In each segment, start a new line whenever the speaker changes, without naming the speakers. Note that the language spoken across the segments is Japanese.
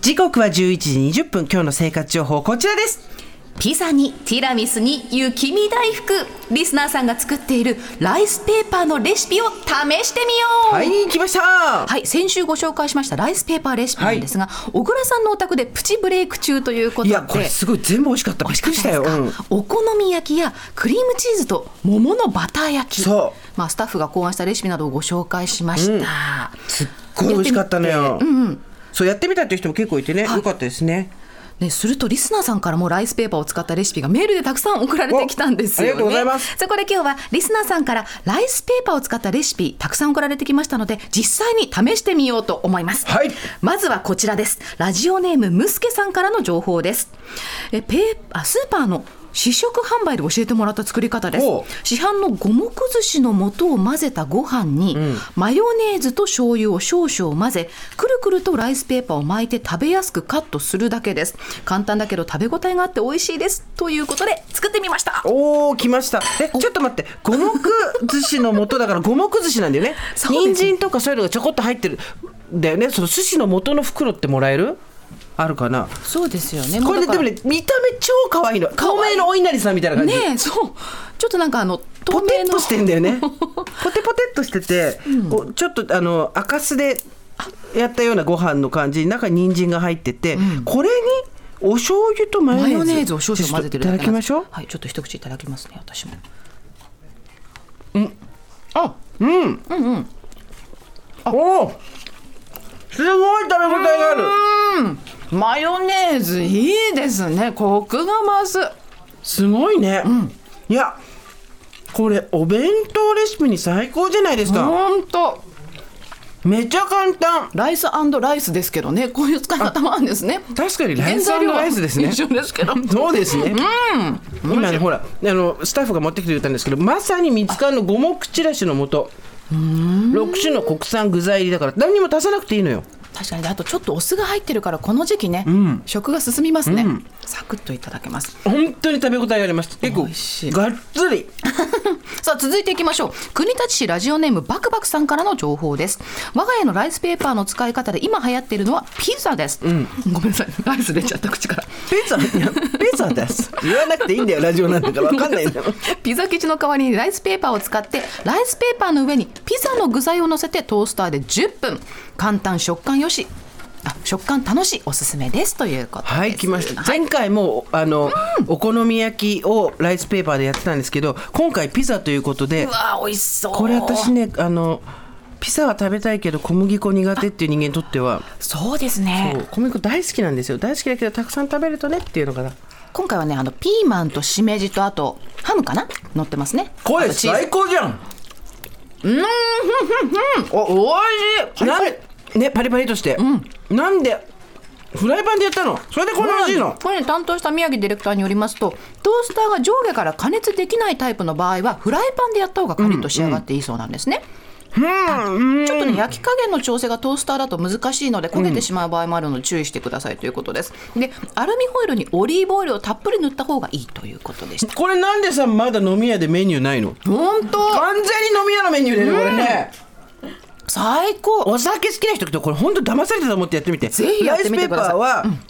時刻は11時20分今日の生活情報こちらです
ピザにティラミスに雪見大福リスナーさんが作っているライスペーパーのレシピを試してみよう
はい来ました
はい、先週ご紹介しましたライスペーパーレシピなんですが、小倉さんのお宅でプチブレイク中ということで
いやこれすごい全部美味しかったびっくりしたよ、
美味しかった
う
で
ん
すかお好み焼きやクリームチーズと桃のバター焼き
そ
まあ、スタッフが考案したレシピなどをご紹介しました、
すっごい美味しかったのようん、そうやってみたっていう人も結構いてね、よかったですね
ね、するとリスナーさんからもライスペーパーを使ったレシピがメールでたくさん送られてきたんですよ、ね、
おありがとうございます
そこで今日はリスナーさんからライスペーパーを使ったレシピたくさん送られてきましたので実際に試してみようと思います、
はい
まずはこちらですラジオネームむすけさんからの情報ですえペーあスーパーの試食販売で教えてもらった作り方です
ほう
市販の五目寿司の素を混ぜたご飯に、マヨネーズと醤油を少々混ぜくるくるとライスペーパーを巻いて食べやすくカットするだけです簡単だけど食べ応えがあって美味しいですということで作ってみました
おー来ましたえちょっと待って五目寿司の素だから五目寿司なんだよ ね
そうで
人
す
参とかそういうのがちょこっと入ってるんだよねその寿司の素の袋ってもらえるあるかな
そうですよね
これね
もう
で
だ
も
から
ね見た目超可愛いの透
可愛い
明のお稲荷さんみたいな感じ、
ねえそうちょっとなんかあの透
ポテ
明
ッ
の
としてんだよね ポテポテっとしてて、こうちょっとあの赤酢でやったようなご飯の感じに中に人参が入ってて、これにお醤油とマヨネー
マ
ズ
ヨネーズを少々混ぜてる
ちょっといただ
け
き
なん
ま
で
し
す
ょう
はいちょっと一口いただきますね私も
あうんうんうんあおーすごい食べ応えがある
マヨネーズいいですねコクが増す
すごいね、いやこれお弁当レシピに最高じゃないですか、
ほんと
めちゃ簡単
ライスライスですけどねこういう使い方もあるんですね
確かにライスライスですね
原材料は一緒ですけど
そうですね。今ねほらあのスタッフが持ってきてくれたんですけど、まさに三つ缶の五目チラシの素。六種の国産具材入りだから何にも足さなくていいのよ。
確かにあとちょっとお酢が入ってるからこの時期ね、食が進みますね、サクッといただけます
本当に食べ応えがあります。結構
美味しい
がっつり。
さあ続いていきましょう国立市ラジオネームバクバクさんからの情報です我が家のライスペーパーの使い方で今流行っているのはピザです、 ごめんなさいライス出ちゃった口から
ペザいやペザです。言わなくていいんだよラジオなんだからわかんないんだもん。
ピザ生地の代わりにライスペーパーを使ってライスペーパーの上にピザの具材を乗せてトースターで10分簡単食感よしあ食感楽しいおすすめですということです
はい来ました前回もあの、お好み焼きをライスペーパーでやってたんですけど今回ピザということで
うわ美味しそう
これ私ねあのピザは食べたいけど小麦粉苦手っていう人間にとっては
そうですね
そう小麦粉大好きなんですよ大好きだけどたくさん食べるとねっていうのかな
今回はねあのピーマンとしめじとあとハムかな乗ってますねあとチーズ
高じゃん
おおいしい
なんねパリパリとして、なんでフライパンでやったのそれでこんな味いの
これね担当した宮城ディレクターによりますとトースターが上下から加熱できないタイプの場合はフライパンでやった方がカリッと仕上がっていいそうなんですね。はいちょっとね焼き加減の調整がトースターだと難しいので焦げてしまう場合もあるので注意してくださいということです。でアルミホイルにオリーブオイルをたっぷり塗った方がいいということでした。
これなんでさまだ飲み屋でメニューないの
本当
完全に飲み屋のメニューでねこれね、
最高
お酒好きな人ってこれ本当騙されたと思ってやってみて
ぜひやってみてください
ライスペーパーは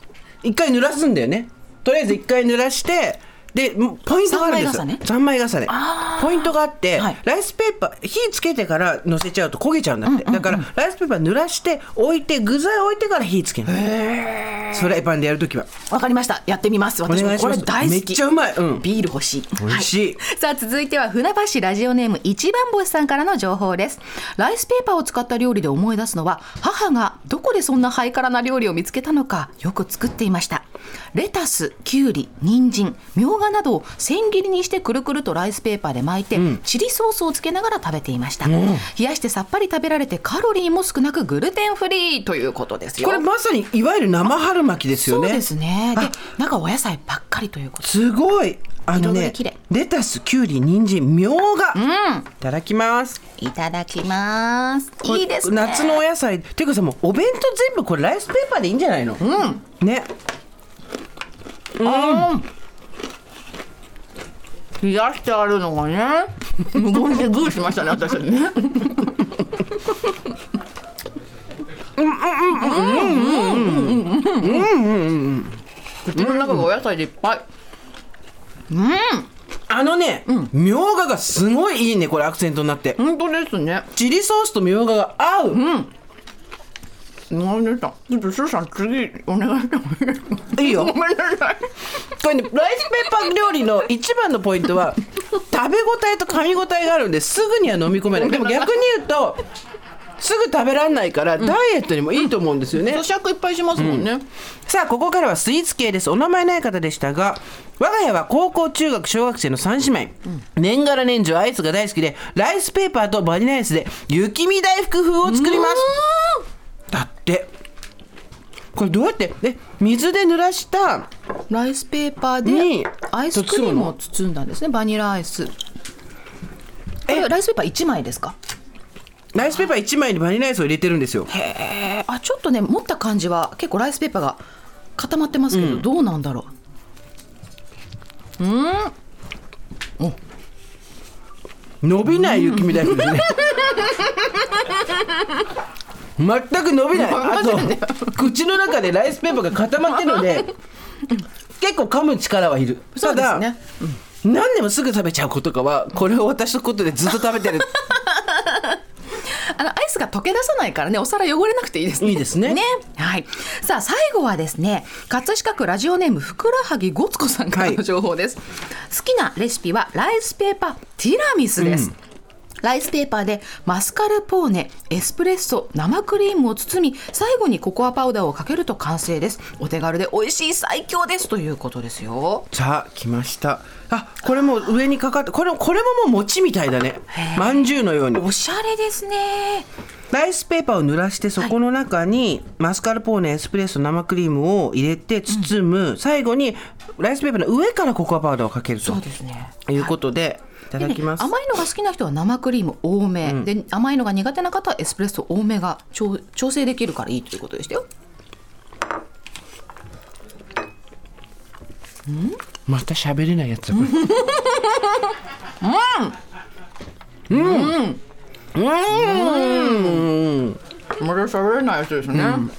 一回濡らすんだよねとりあえず一回濡らしてでもうポイントがあるんですよ
三枚重ね
三枚重ねポイントがあって、
はい
ライスペーパー火つけてから乗せちゃうと焦げちゃうんだって、だからライスペーパー濡らして置いて具材置いてから火つけるフライパンでやるときは
わかりましたやってみます私
お願
も
いし
こ
ま
れ
す
大好き
めっちゃうまいうん
ビール欲しい
美味しい
さあ続いては船橋ラジオネーム一番星さんからの情報ですライスペーパーを使った料理で思い出すのは母がどこでそんなハイカラな料理を見つけたのかよく作っていましたレタスきゅうり人参みょうがなどを千切りにしてくるくるとライスペーパーで巻いて、チリソースをつけながら食べていました、冷やしてさっぱり食べられてカロリーも少なくグルテンフリーということですよ
これまさにいわゆる生春巻きですよね
そうですね
あ
で中お野菜ばっかりということ
すごいあの
彩
ね
り綺麗
レタスきゅうり人参みょうが、いただきます
いただきます
これ
いいですね
夏のお野菜っていうかさもうお弁当全部これライスペーパーでいいんじゃないのうんね
冷やしてあるのがね無言でグーしましたね私たちね口の中がお野菜でいっぱい。
あのね、みょうががすごいいいねこれアクセントになって、
本当ですね。
チリソースとみょうがが合う、
すごいでした。ちょっとスーさん次お願いしてもいいですか。
いいよ
ごめんなさい。
これねライスペーパー料理の一番のポイントは食べ応えと噛み応えがあるんですぐには飲み込めないでも逆に言うとすぐ食べられないから、ダイエットにもいいと思うんですよね、
咀嚼いっぱいしますもんね。
さあここからはスイーツ系ですお名前ない方でしたが我が家は高校中学小学生の3姉妹、年がら年中アイスが大好きでライスペーパーとバニラアイスで雪見大福風を作りますだってこれどうやってえ水で濡らした
ライスペーパー
に
でアイスクリームを包んだんですね。バニラアイス。これライスペーパー一枚ですか。
ライスペーパー1枚にバニラアイスを入れてるんですよ
へえ。あちょっとね持った感じは結構ライスペーパーが固まってますけど、どうなんだろ
伸びない雪見大福ですね全く伸びないあと口の中でライスペーパーが固まってるので結構噛む力はいる
う。そうですね。
ただ何でもすぐ食べちゃう子とかはこれを渡すことでずっと食べてる
あのアイスが溶け出さないからねお皿汚れなくていいですね。
いいですね
はい。さあ最後はですね葛飾区ラジオネームふくらはぎごつこさんから
は
の
い
情報です。好きなレシピはライスペーパーティラミスです。ライスペーパーでマスカルポーネ、エスプレッソ、生クリームを包み、最後にココアパウダーをかけると完成です。お手軽で美味しい最強ですということですよ。
さあ来ましたあこれも上にかかってこれこれももう餅みたいだね
へえ
まんじゅうのように
おしゃれですね。
ライスペーパーを濡らしてそこの中にマスカルポーネエスプレッソ生クリームを入れて包む、最後にライスペーパーの上からココアパウダーをかけると
そうですね。
いうことで、い、た
で
だ
ね
きます、
甘いのが好きな人は生クリーム多め、で甘いのが苦手な方はエスプレッソ多めが調調整できるからいいということでしたよ
また喋れないやつだこれうんうんうん
まだ喋れないやつですねうん、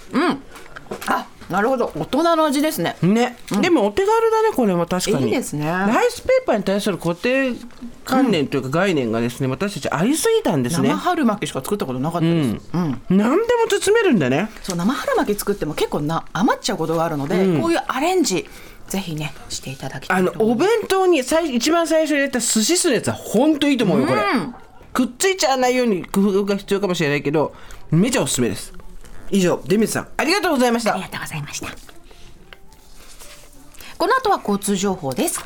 あなるほど大人の味ですね
ね、でもお手軽だねこれは確かに
いいですね
ライスペーパーに対する固定観念というか概念がですね、私たちありすぎたんですね
生春巻きしか作ったことなかったです、うん
何でも包めるんだね
そう生春巻き作っても結構な余っちゃうことがあるので、こういうアレンジぜひねしていただきたい
あのお弁当に最一番最初に入れた寿司酢のやつは本当いいと思うよこれ、くっついちゃわないように工夫が必要かもしれないけどめちゃおすすめです以上出水さんありがとうございまし
あ
た
りがとうございましたこの後は交通情報です